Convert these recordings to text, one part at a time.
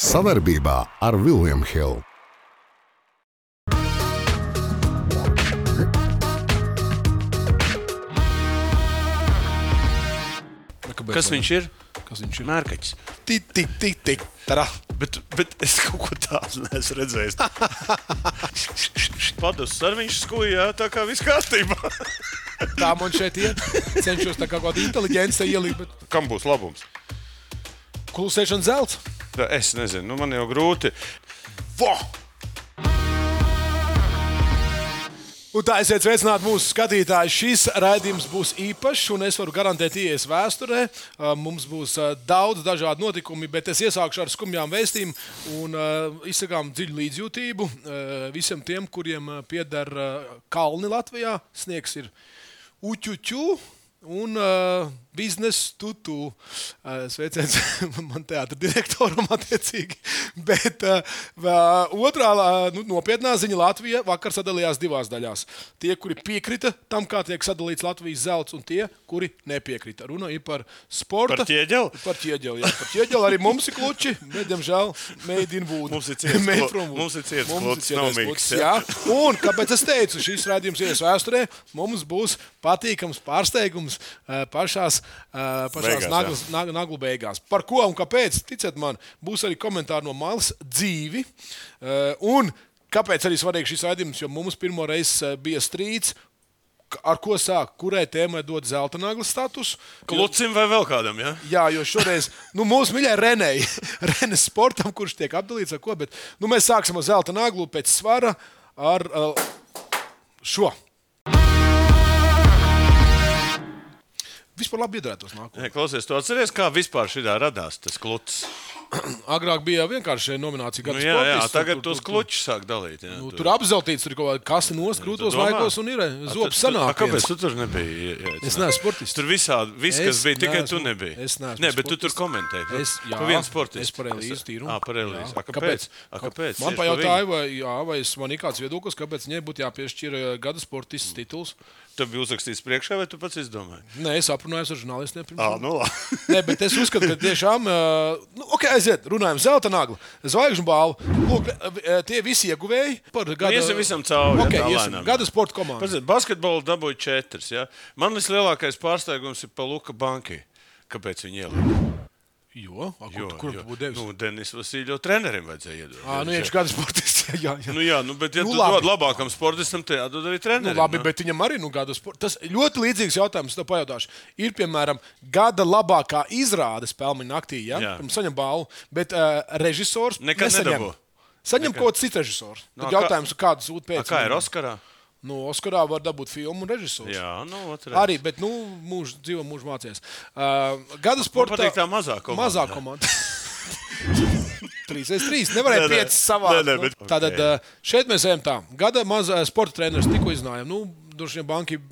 Savaarbībā ar Vilniem Hilu. Kas viņš ir? Kas viņš ir? Mērkaķis. Tik, tik, tik, tik. Tra. Bet, bet es kaut ko tādu neesmu redzējis. Padus ar viņš skūjā, tā kā viss kārtībā. Tā man šeit ir. Cenšos tā kā kaut kādu inteligenci ielikt, bet Kam būs labums? klusēšana zelta. Tā, Es nezinu, nu, man jau grūti. Vo! Un tā esiet sveicināti mūsu skatītāji. Šis raidījums būs īpašs, un es varu garantēt, ieies vēsturē. Uh, Mums būs uh, daudz dažādu notikumu, bet es iesākšu ar skumjām vēstījumiem un uh, izsakām dziļu līdzjūtību uh, visiem tiem, kuriem uh, pieder uh, kalni Latvijā. Sniegs ir uķuķu. Un uh, biznesa tutu uh, sveiciens man teātris direktoram attiecīgi. Bet uh, vā- otrā uh, nu, nopietnā ziņa Latvija vakar sadalījās divās daļās. Tie, kuri piekrita tam, kā tiek sadalīts Latvijas zelts, un tie, kuri nepiekrita. Runa ir par sporta. Par ķieģeli? Par ķieģeli, jā. Par ķieģeli arī mums ir kluči. Bet, diemžēl, mēdīna būtu. Mums ir ciets klo- mums ir ciets klots, nav mīgs, jā. Jā, un kāpēc es teicu, šīs raidījums ies vēsturē, mums būs patīkams pārsteigums eh, pašās, eh, pašās Beigās, naglas, nag- naglu beigās. Par ko un kāpēc? Ticiet man, būs arī komentāri no malas dzīvi. eh, Un kāpēc arī svarīgs šis raidījums? Jo mums pirmo reizi eh, bija strīds. k- Ar ko sāk? Kurai tēmai dot zelta nagla statusu? Klucim vai vēl kādam, jā? Jā, jo šoreiz nu, mūsu mīļākajai Renei, Renes sportam, kurš tiek apdalīts ar ko, bet nu, mēs sāksim ar zelta naglu pēc svara ar uh, šo. Vispār labi iedarētos nākotnē. Nē, Klausies, tu atceries, kā vispār šī tā radās tas klucis? Agrāk bija vienkārši nominācija Nu, gada jā, jā, sportists. tagad Tur- tos tur- klučus sāk dalīt. Jā, Nu, tur apzeltīts, tur ir kaut kāda kasta noskrūtos, laikos un ir eh, zobs sanāk. Kāpēc tu tur nebija? Es neesmu sportists. Tur visādi, viss, Es kas bija, tikai neesmu- tu nebija. es neesmu Nē, bet tu tur sportists. komentēji. pa- Es- jā, pa vienu sportistu. Es par Elīzi tīru. Jā, Ah, par Elīzi. A, Kāpēc? Kāpēc? A, kāpēc? Man Tieši par pajautāja, vai, jā, vai es, man ir kāds viedoklis, kāpēc viņai būtu jāpiešķir eh, gada sportists tituls. viņu. Tu biji uzrakstījis priekšā, vai tu pats izdomāji? Nē, es aprunājos ar žurnālistiem pirms Ah, tam. nu labi. Nē, bet es uzskatu, ka tiešām, eh, nu, ok, aiziet, runājam, zelta nagla, zvaigžņu balvu. Lūk, eh, tie visi ieguvēji par gada. Nu, Iesim visam cauri, jā, Ok, tā iesim. lēnām. Gada sporta komanda. Paziet, basketbolu dabūju četras. Ja? Man vislielākais pārsteigums ir Paluka bankai. Kāpēc viņi ielika? Jo, a, kur, kur tu būtu devis? Nu, Denis Vasiljo trenerim vajadzēja iedot. Ā, nu, iekšā gada sportists. Jā, jā. Nu, jā, nu, bet, ja Nu, nu, tu labi. dod labākam sportistam, tad jādod arī Nu, trenerim. labi, nu. bet viņam arī nu, gada sports. Tas ļoti līdzīgs jautājums, ko pajautāšu. Ir, piemēram, gada labākā izrāde spēļu naktī, ja Jā. viņš saņem balvu, bet uh, režisors Nekad nesaņem. nedabū. Saņem kaut kāds cits režisors. Nu, No, a kā- jautājums, kādu sūta A, pēc Kā ir Oskarā? No Nu, Oskarā var dabūt filmu un režisors. Jā, nu, otrā. Arī, bet, nu, mūžs dzīvo, mūžs mācījies. Uh, gada sporta patīk tā mazā komanda. Mazā komanda. 3, 3. Nevarēja Nē, nē. 5 savā. Nē, nē, bet- Tātad Ok. uh, šeit mēs ejam tā. Gada mazā eh, sporta treneris tikko izzinājām. Nu, Dažiem bankiem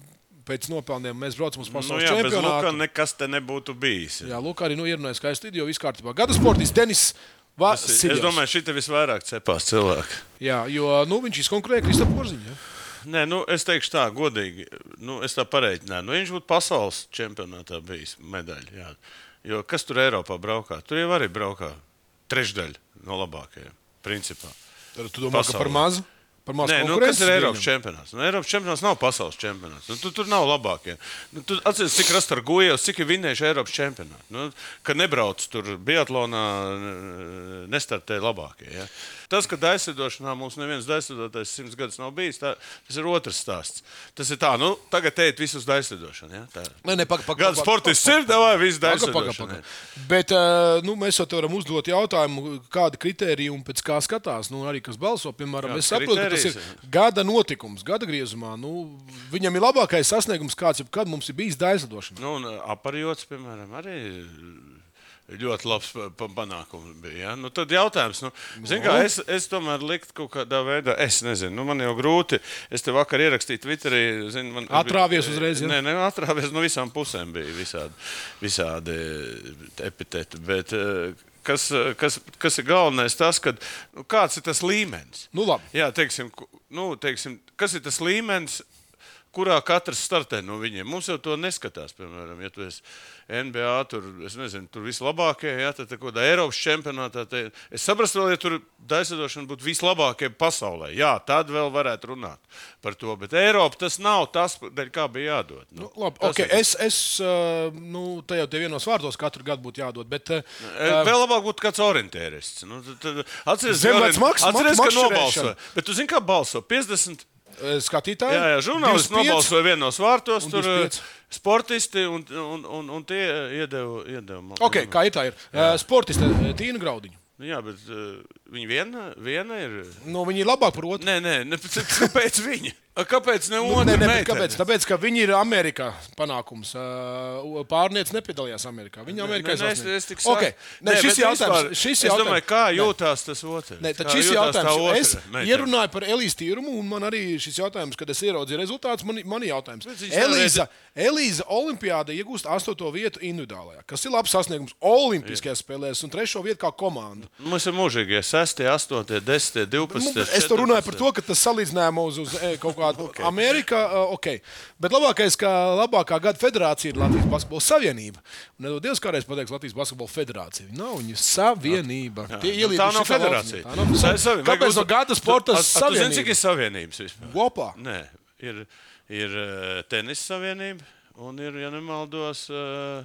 pēc nopelniem mēs braucam uz Nu, pasaules jā, bez Luka čempionātu. nekas te nebūtu bijis. Jā, Lūk, arī nu, ierunāja skaistu video. Viss kārtībā. Gada sportists Denis Es Vasiljevs. es domāju, šī te visvairāk cepās cilvēki. Jā, jo nu, viņš izkonkurēja Kristofru Porziņu. ja. Nē, nu, es teikšu tā, godīgi. Nu, es tā pareiķināju. Nu, viņš būtu pasaules čempionātā bijis medaļa. Jā. Jo kas tur Eiropā braukā? Tur jau arī braukā trešdaļa no labākajiem. Principā. Tad tu domā, ka par Pasaulē. mazu? Par mazu Nē, nu, kas konkurences ir Eiropas viņam? čempionāts? Nu, Eiropas čempionāts nav pasaules čempionāts. Nu, tu, tur nav labākie. Nu, tu atceries, cik rastargojos, cik ir vinnējuši Eiropas čempionātu. Nu, ka nebrauc tur biatlonā, n- nestartē labākie. Ja? Tas, ka daisidošanā mums neviens daisidotais simts gadus nav bijis, tā, tas ir otrs stāsts. Tas ir tā, nu, tagad ejiet visus daisidošanu. Ja? Tā. Nē, nē, pagaidi, Gan sportists ir, vai viss Paga, paga, paga. daisidošana. Bet ā, nu, mēs jau te varam uzdot jautājumu, kāda kriterija un pēc kā skatās. Nu, arī kas balso, piemēram, Kāds es saprotu, ka tas ir gada notikums, gada griezumā. Nu, viņam ir labākais sasniegums, kāds jebkad mums ir bijis daizlidošanā. Nu, un aparjots, piemēram, arī ļoti labs pa- pa- panākums bija. Ja? Nu, tad jautājums, nu, zin, kā, es, es tomēr liktu kaut kādā veidā, es nezinu, nu, man jau grūti. Es te vakar ierakstīju Twitterī, zinu, man Atrāvies uzreiz, ja? Nē, ne, atrāvies no visām pusēm, bija visādi, visādi epitēti. Bet, eh, Kas, eh, kas, kas ir galvenais? Tas, ka nu, kāds ir tas līmenis. Nu, labi. Jā, teiksim, ku- nu, teiksim, kas ir tas līmenis, kurā katrs startē no viņiem. Mums jau to neskatās, piemēram, ja tu esi NBA, tur, es nezinu, tur vislabākie, ja tad kaut kādā Eiropas čempionātā. Te, es saprastu, vēl, ja tur daļsadošana būtu vislabākie pasaulē, jā, tad vēl varētu runāt par to. Bet Eiropa tas nav tas, daļ kā bija jādod. Nu, Nu, labi, tas okay, ir- es, es uh, nu, te jau te vienos vārdos katru gadu būtu jādod. Bet, uh, E, Vēl labāk būtu kāds orientērists. Nu, tad- tad Atceries, ka Zemlēts orien- maks- mak- atceries, ka makšķerēšana. nobalsoja. Bet tu zini, kā balso? 50. eh, skatītāji, Jā, jā žurnālisti 25. nobalsoja vienos vārtos, Un tur 25. eh, sportisti un, un, un, un tie eh, iedeva. iedeva man- Okay, kā ir tā, ir uh, sportiste eh, Tīna Graudiņa. Nu Jā, bet eh, viņa viena, viena ir. eh, Nu, viņi ir labāki par otru. Nē, nē, ne, kāpēc viņa? A, Kāpēc ne Nu, otra? nē, nē, bet meitene? kāpēc? Tāpēc, ka viņi ir Amerikā panākums. Uh, Pārniec nepiedalījās Amerikā. Viņa Amerikā Nē, nē, es, es tik okay. sāku- nē, Nē, šis bet jautājums. vispār Šis es jautājums. domāju, kā Nē. jūtās tas otrs. Nē, tad Kā šis jūtās tā jautājums, otra es meitene? ierunāju par Elīzi Tīrumu, un man arī šis jautājums, kad es ieraudzīju rezultātus, man ir jautājums. viņš Elīza, Elīza Olimpijāda iegūst astoto vietu individuālajā, kas ir labs sasniegums Olimpiskajās spēlēs, un trešo vietu kā komanda. Mums ir mūžīgie 6, 8, 10, 12. Nu, es to runāju par to, ka tas salīdzinājumā uz, uz e, kaut kādu okay. Ameriku. Okay. Bet labākais, ka labākā gada federācija ir Latvijas Basketbola Savienība. Un nedod Dievs, kādreiz pateiks Latvijas Basketbola Federācija. Viņa nav viņa savienība. Jā, Nu, tā nav federācija. Tā nav Tā ir savi- vajag Kāpēc uz- no gada sporta A- a, tu Zini, savienība? cik ir savienības vispār? Kopā. Nē, ir, ir eh, tenisa savienība un ir, ja nemaldos, eh,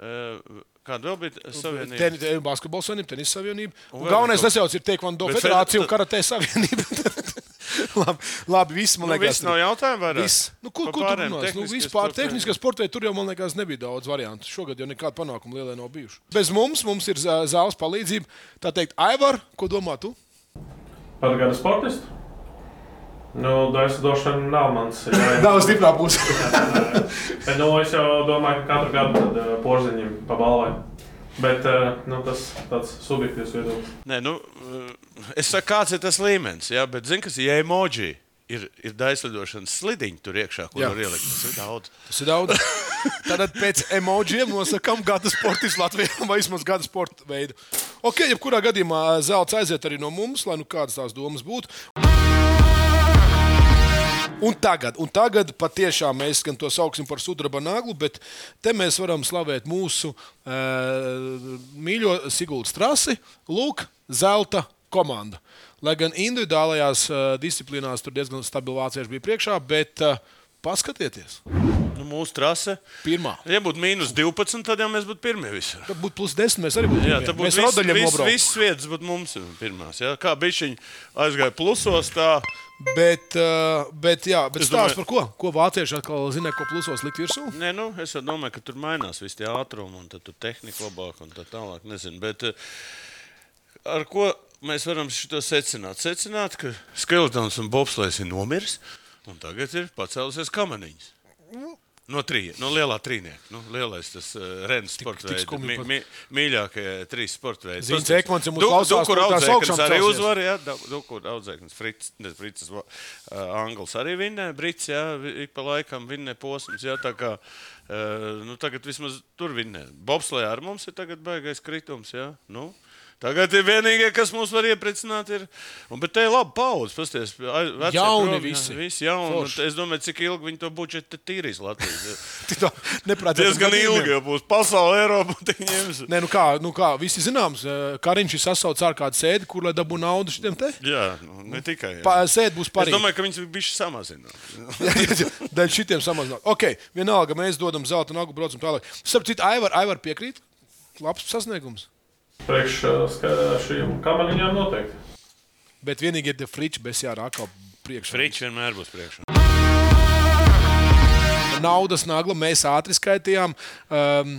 eh, kāda vēl Nu, bija savienība? Ten, ten, basketbola savienība, tenisa savienība. Un vēl Galvenais kaut- nesauc ir Taekwondo Bet federācija un fed- karatē savienība. labi, labi, viss man Nu, liekas. viss nav jautājumi vairāk. Viss. Nu, ko, Par ko tur pārējiem runās? Nu, tehniskie vispār sporta tehniskā sportā tur jau, man liekas, nebija daudz variantu. Šogad jau nekāda panākuma lielai nav bijuši. Bez mums, mums ir zā- zāles palīdzība. Tā teikt, Aivar, ko domā tu? Par gada sportistu? Nu, daļai došana nav mans. jā, jā. Nav stiprā puse. Bet, nu, es jau domāju, ka katru gadu tad, uh, porziņam pabalvai. Bet uh, nu, tas tāds subjektīvs viedoklis. Nē, nu, eh, es saku, kāds ir tas līmenis, jā, bet zini, kas ir ja emoji. Ir, ir daislidošanas slidiņi tur iekšā, ko Jā. var ielikt. Tas ir daudz. Tas ir daudz. Tad pēc emocijiem nosakām gada sports Latvijā vai vismaz gada sporta veidu. Ok, jebkurā gadījumā zelta aiziet arī no mums, lai nu kādas tās domas būtu. Un tagad, un tagad patiešām mēs gan to saucam par sudraba naglu, bet te mēs varam slavēt mūsu uh, mīļo Sigūdu strasi. Lūk, zelta komanda. Lai gan individuālajās uh, disciplīnās tur diezgan stabili vācieši bija priekšā, bet uh, paskatieties, Nu, mūsu trase. pirmā. Ja būtu mīnus 12, tad jau mēs būtu pirmie visur. Tad būtu plus 10. Mēs arī būtu Jā, pirmie. tā būs mēs rodaļiem nobraukt. Viss vietas būtu mums pirmās. Jā. Kā bija viņa aizgāja plusos, tā Bet, uh, bet, jā, bet Es stāsts domāju- par ko? Ko vācieši atkal zina, ko plusos likt virsū? Nē, nu, es jau domāju, ka tur mainās viss tie ātrumi, un tad tur tehnika labāk, un tā tālāk. Nezinu, bet eh, ar ko mēs varam šo secināt? Secināt, ka skeletons un bobslēs ir nomiris, un tagad ir pacēlusies kamaniņas. No, trī, no lielā trīnieka. Nu, lielais tas uh, Rens sports tik veids, skumji mi, pat. mi, mīļākie trīs sporta veidi. Ziņš Protams, Ekmans, ja mūs Du- klausās, Dukur tad tās audzēknis augšām arī nu, celsies. uzvar, jā, Du- Dukur audzēknis, Frits, ne, Frits, uh, Angls arī vinnē, Brits, jā, vi- ik pa laikam vinnē posms, jā, tā kā, uh, nu, tagad vismaz tur vinnē. Bobslē ar mums ir tagad baigais kritums, jā, nu. Tagad ir vienīgie, kas mums var iepriecināt, ir. Un, bet te ir laba pauze. Pasties, Jauni visi. Visi jauni. un Forši. Es domāju, cik ilgi viņi to budžetu tīrīs Latvijas. Tik tā, neprātīgi. diezgan ilgi jau būs pasaule, Eiropa. un tik ņems. Nē, nu kā, nu kā, visi zināms, eh, Kariņš ir sasaucis ārkārtas sēdi, kur lai dabū naudu šitiem te. Jā, nu, ne tikai. jā. Pa, eh, sēdi būs Es parīga. domāju, ka viņas bija samazinātas. Daļai šitiem samazināt. Ok, vienalga, mēs dodam zelta nagu braucam tālāk. Starp citu, Aivar, Aivar piekrīt. Labs sasniegums. Priekš uh, ska- šīm kamaniņām noteikti. Bet vienīgi ir tie friči, bez jārā kā priekšā. Fričs vienmēr būs priekšā. naudas nagla mēs ātri skaitījām. Um,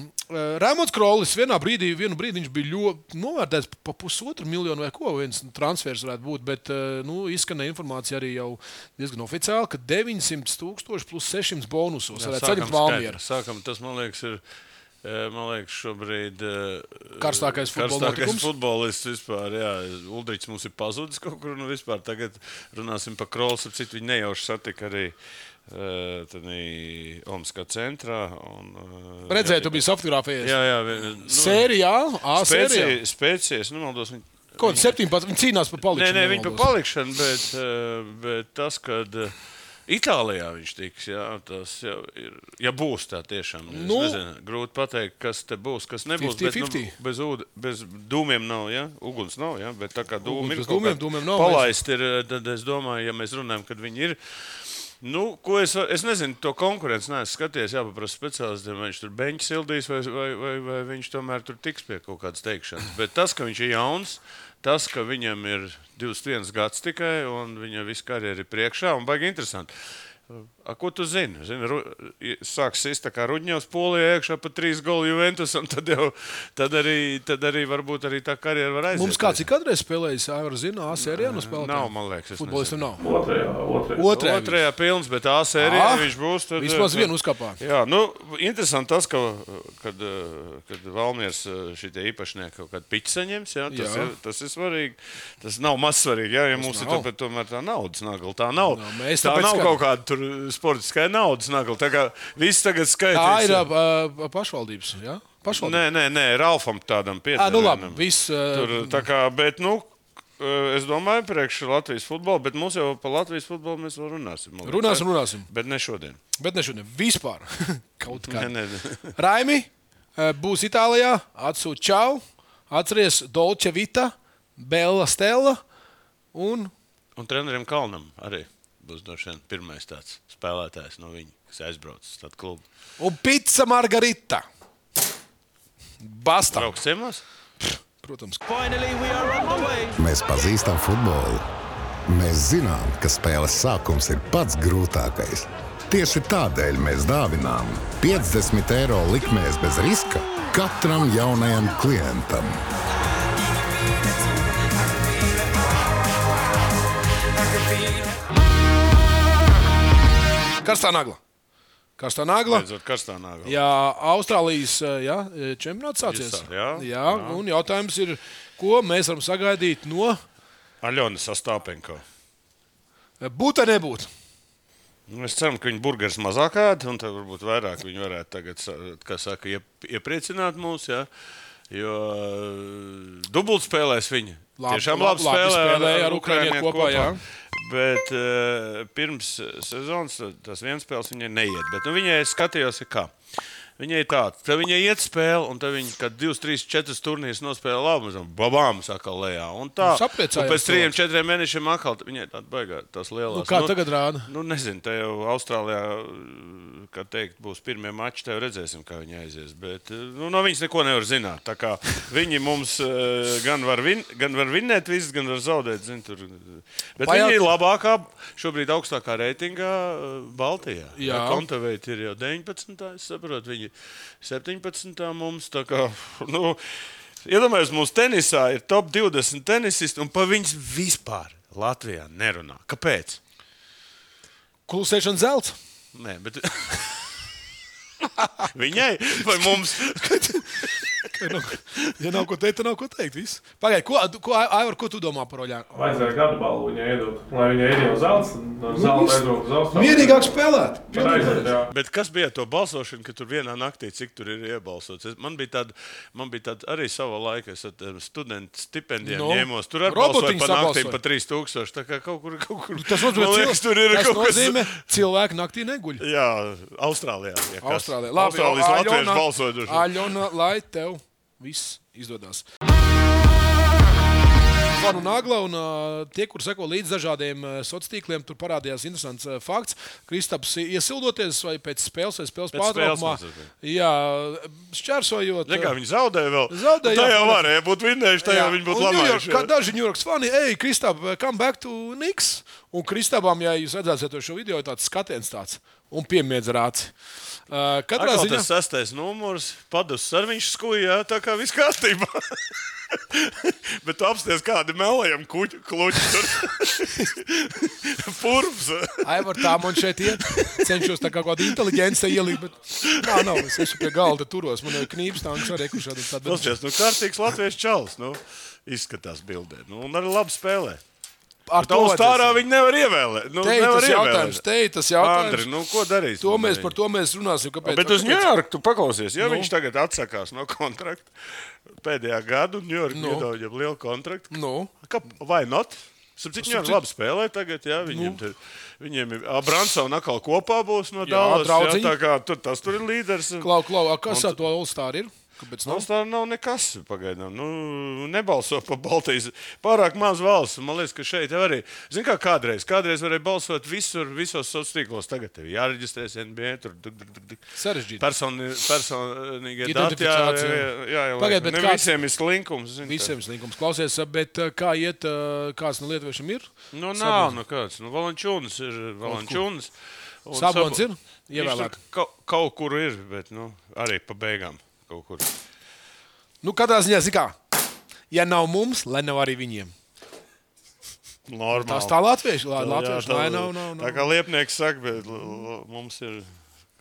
Rēmons Krolis vienā brīdī, vienu brīdi viņš bija ļoti novērtēts pa pusotru miljonu vai ko viens transfers varētu būt, bet eh, nu, izskanēja informācija arī jau diezgan oficiāli, ka 900 tūkstoši plus 600 bonusos varētu saņemt Valmiera. Sākam, tas man liekas, ir. eh, Man liekas, šobrīd eh, Karstākais futbola karstākais notikums. futbolists vispār. Jā, Uldrichs mums ir pazudis kaut kur. Nu, vispār. Tagad runāsim par krolu. Ap citu viņi nejauši satika arī eh, tadī Omskā centrā. Un, eh, Redzēju, tu biji jā, apgrafējies. jā, jā, vien- nu, Sērijā, A sērijā. Spēcīgs, spēcīgs, nemaldos. Viņi, Ko 17? Viņi cīnās par Nē, palikšanu. nē, ja viņi par nemaldos. palikšanu, bet, eh, bet tas, kad eh, Itālijā viņš tiks. Jā, tas jau ir. Ja būs tā tiešām, nu, Nu. nezinu, grūti pateikt, kas te būs, kas nebūs. bet, 50-50. Nu, bez, ūde, bez dūmiem nav, ja? uguns nav. Ja? Bet tā kā dūmi Uguns ir bez kaut dūmiem, kādi dūmiem nav, palaisti, ir, eh, tad es domāju, ja mēs runājam, kad viņi ir. Nu, ko es, va- es nezinu, to konkurenci neesmu skatījies. Jā, paprasti speciālistiem, vai viņš tur beigās sildīs, vai, vai, vai, vai viņš tomēr tur tiks pie kaut kādas teikšanas. Bet tas, ka viņš ir jauns, tas, ka viņam ir 21 gads tikai, un viņa visu karjeru ir priekšā, un baigi interesanti. A, ko tu zini? zini ru, i- sāks īstenībā kā Rudņevs polijā iekšā pa trīs golu Juventus, un tad, jau, tad, arī, tad arī varbūt arī tā karjera var aiziet. Mums kāds ir kādreiz spēlējis, jau ar zinu, A sērijā nu, no spēlētājiem. Nav, man liekas, es futbolistam nav. Otrajā, otrajā. Otrajā. Otrajā, otrajā pilns, bet tā sērija Ah, viņš būs. Tad, Vismaz vienu uzkāpā. Jā, nu, interesanti tas, ka, kad, eh, kad Valmiers eh, šī īpašnieka kaut kādu piču saņems, jā, tas, Jā. jā. Ir, tas ir svarīgi. Tas nav maz svarīgi, jā, ja mums ir nav. tāpēc, tomēr tā naudas nagla. Tā nav, Nav, mēs tā tāpēc, nav ka- kaut kāda tur sportiskā naudas nagla. Tā kā viss tagad Tā skaitās. ir uh, pašvaldības. Jā? Pašvaldības. Nē, nē, nē, Ralfam tādam Ā, pietiekam. nu labi, viss, ā, Tur, tā kā, bet, nu, eh, es domāju, priekš Latvijas futbolu, bet mums jau par Latvijas futbolu mēs vēl runāsim. man liekas, Runāsim, jā? runāsim. Bet ne šodien. Bet ne šodien. Vispār. Kaut kā. Nē, nē, nē. Raimi eh, būs Itālijā. Atsūta čau. Atceries Dolce Vita, Bella Stela un Un treneriem Kalnam arī būs droši vien pirmais tāds spēlētājs no viņa, kas aizbraucis uz tādu klubu. Un pizza margarita. Basta. Draugs ciemos? Protams. Mēs pazīstam futbolu. Mēs zinām, ka spēles sākums ir pats grūtākais. Tieši tādēļ mēs dāvinām 50 eiro likmēs bez riska katram jaunajam klientam. Karstā nagla. Karstā nagla. Beidzot, karstā nāga. Jā, Austrālijas eh, jā, eh, čempionāts sācies. Jūs sā- jā, jā, un jautājums ir, ko mēs varam sagaidīt no Aļona Sastāpenko. būtā nebūt. Mēs ceram, Nu, ka viņi burgeris mazāk ēd, un tad varbūt vairāk viņi varētu tagad, sa- kā saka, iep- iepriecināt mūs. Jā. uh, Jo dubultspēlēs viņi. Labi, Tiešām labi, labi labi spēlē spēlēja ar Ukrainiem kopā, jā. Bet uh, pirms sezonas tā- tas viens spēles viņai neiet. Bet, nu, viņai es skatījos, ir kā. Viņai ir tāds, ka viņai iet spēle, un tad viņi kaut kādas 2, 3, 4 turnīrus nospēlē labi, un babām saka, lejā. Un tā, Nu, sapriecājās un pēc 3, cilvēks. 4 mēnešiem atkal viņai tāda baigā, tas lielās. Nu, kā tagad rāda? Nu, nezinu, te jau Austrālijā, kā teikt, būs pirmie mači, te jau redzēsim, kā viņi aizies. Bet nu, no viņas neko nevar zināt. Tā kā Viņi mums eh, gan var, vin, gan var vinnēt, visu, gan var zaudēt. Zin, tur. Bet Pajaut- viņi ir labākā, šobrīd augstākā reitingā eh, Baltijā. Jā. Kontaveita ir jau 19. Es saprotu, viņi 17. mums tā kā. Nu, Iedomājieties, mūsu tenisā ir top 20 tenisisti, un par viņas vispār Latvijā nerunā. Kāpēc? Klusēšana zelta. Nē, bet. Viņai vai mums? Ja Nu, nav, ja nav ko teikt, tad nav ko teikt. viss. Pagaid, ko, ko, Aivar, ko tu domā par Oļānu? Vajadzēja gadu balvu viņai iedot, lai viņa iedod zelta, tad zelta aizbraukt uz Austrāliju. Mierīgāk spēlēt. Bet aiziet, jā. Bet kas bija ar to balsošanu, ka tur vienā naktī, cik tur ir iebalsots? Es, man, bija tāda, man bija tāda arī sava laika, es ar tiem studentu stipendiem Nu, no. ņēmos. Tur arī robotiņus balsoja pa sabalsoja. naktīm pa 3000. Tā kā kaut kur, kaut kur. Tas nozīmē, man liekas, tur ir tas kaut kas. nozīmē, kas... cilvēki naktī neguļ. Jā, Austrālijā. Ja kas. Austrālijā. Labi, Austrālijas Aļona- latvieši balsoja. droši vien. Aļona, lai tev viss izdodas. Fanu nagla un ā, tie, kur seko līdz dažādiem ā, sociāliem tīkliem, tur parādījās interesants ā, fakts. Kristaps iesildoties vai pēc spēles vai spēles Pēc spēles pārtraukumā, mums ir. jā, šķērsojot. Zini, kā Viņi zaudēja vēl. Zaudēja, tā jā, jau protams. varēja būt vinnējuši, tā jau viņi būtu lamājuši. Kā daži Ņujorkas fani, ej, Kristāp, come back to Niks. Un Kristāpam, ja jūs redzēsiet to šo video, ir tāds skatiens tāds un piemiedz rāci. Uh, katrā Atkal ziņā. tas sastais numurs, padus ar viņš skūjā, tā kā viss kārtībā. Bet tu apsties, kādi melējam kuģi, kluķi tur. Purvs. Aivar, tā man šeit ir. Cenšos tā kā kaut kādu inteligenci ielikt, bet nā, nav. Es esmu pie galda turos. Man ir knības stāvoklis arī kurš tāds. Klausies, nu kārtīgs latviešu čals, nu, izskatās bildē. Nu, un arī labi spēlē. Ar Tā uz tārā viņi nevar ievēlēt. Nu, Te ir nevar tas jautājums, ievēlēt. te ir tas jautājums. Andri, nu, ko darīs? To nu, mēs darīs? par to mēs runāsim. Kāpēc? Bet uz kāpēc? Ņujorku tu paklausies, ja nu. viņš tagad atsakās no kontrakta pēdējā gada, un Ņujorka nu. Nu. iedod jau lielu kontraktu. Nu, Kā, vai not? Sapratu, viņi ļoti labi spēlē tagad. Jā, viņiem, nu. tur, viņiem ir Abransona atkal kopā būs no Jā, Dāvidas. Jā, draudziņi. tā kā tur, tas tur ir līderis. un- Klau, klau, a, kas ar to Olstāru ir? Kāpēc nav? Mums tā nav nekas pagaidām. Nu, nebalso par Baltijas. Pārāk maz valsts. Man liekas, ka šeit jau arī. Zini, kā kādreiz, kādreiz varēja balsot visur, visos sociālos tīklos. Tagad tev jāreģistrējas NBA. Tur duk, duk, duk, duk. Sarežģīti. Personi, personīgie dati. Jā, Identifikācija. jā, jā, jā Pagaid, Pagaidiet, bet bet ne kāds- visiem ir slinkums. Zin, Visiem slinkums klausies, bet ā, kā iet, ā, kāds no lietuviešiem ir? Nu, nav, nu kāds. Nu, Valančūns ir Valančūns. Un Sabons ir Viņš tur ievēlēts. kaut, kaut kur ir, bet nu, arī pa beigām kaut kur. Nu, katrā ziņā, zin kā, ja nav mums, lai nav arī viņiem. Normāli. Tās tā latvieši, lā, Jā, latvieši, lai nav, nav, nav. Tā kā liepnieks saka, bet l- l- mums ir